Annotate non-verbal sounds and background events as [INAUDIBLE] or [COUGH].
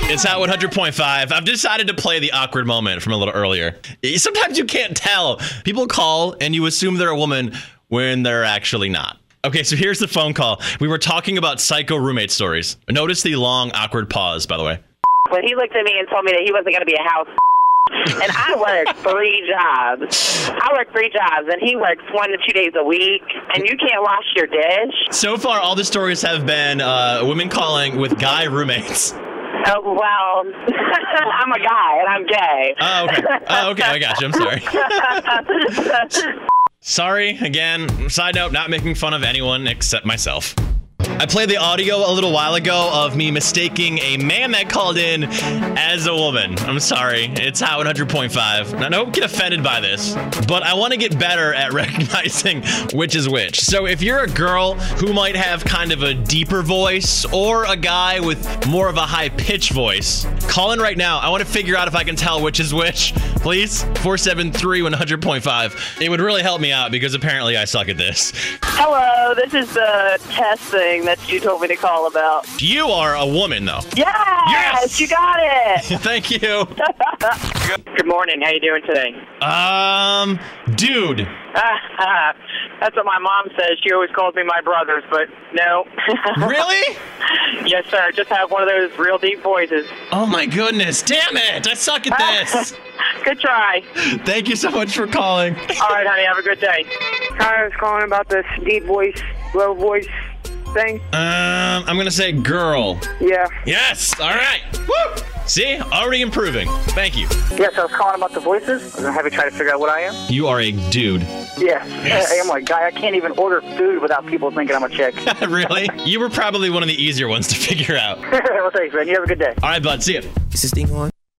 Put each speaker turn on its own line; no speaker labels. It's not 100.5. I've decided to play the awkward moment from a little earlier. Sometimes you can't tell. People call and you assume they're a woman when they're actually not. Okay, so here's the phone call. We were talking about psycho roommate stories. Notice the long, awkward pause, by the way.
When he looked at me and told me that he wasn't going to be a house [LAUGHS] and I worked three jobs. I worked three jobs, and he works one to two days a week, and you can't wash your dish.
So far, all the stories have been uh, women calling with guy roommates.
Oh, well, [LAUGHS] I'm a guy, and I'm gay. [LAUGHS]
Oh, okay. Oh, okay, I got you. I'm sorry. sorry, again. Side note, not making fun of anyone except myself. I played the audio a little while ago of me mistaking a man that called in as a woman. I'm sorry. It's hot 100.5. Now, don't get offended by this, but I want to get better at [LAUGHS] recognizing which is which. So, if you're a girl who might have kind of a deeper voice or a guy with more of a high pitched voice, call in right now. I want to figure out if I can tell which is which. Please, 473 100.5. It would really help me out because apparently I suck at this.
Hello, this is the test thing that you told me to call about.
You are a woman, though. [LAUGHS]
Yes,
Yes!
you got it.
Thank you.
Good morning. How you doing today?
Um, dude,
[LAUGHS] That's what my mom says. She always calls me my brothers, but no.
really?
yes, sir. I Just have one of those real deep voices.
[LAUGHS] Oh my goodness, damn it! I suck at [LAUGHS] this.
Good try.
Thank you so much for calling.
All right, honey. Have a good day.
I was calling about this deep voice, low voice thing.
Um, I'm gonna say girl.
Yeah.
Yes. All right. Woo. See, already improving. Thank you.
Yes, I was calling about the voices. I was having trying to figure out what I am.
You are a dude.
Yes.
Yes.
I am like guy. I can't even order food without people thinking I'm a [LAUGHS] chick.
[LAUGHS] really? You were probably one of the easier ones to figure out.
well, thanks, man. You have a good day.
All right, bud. See ya.
Is this thing on?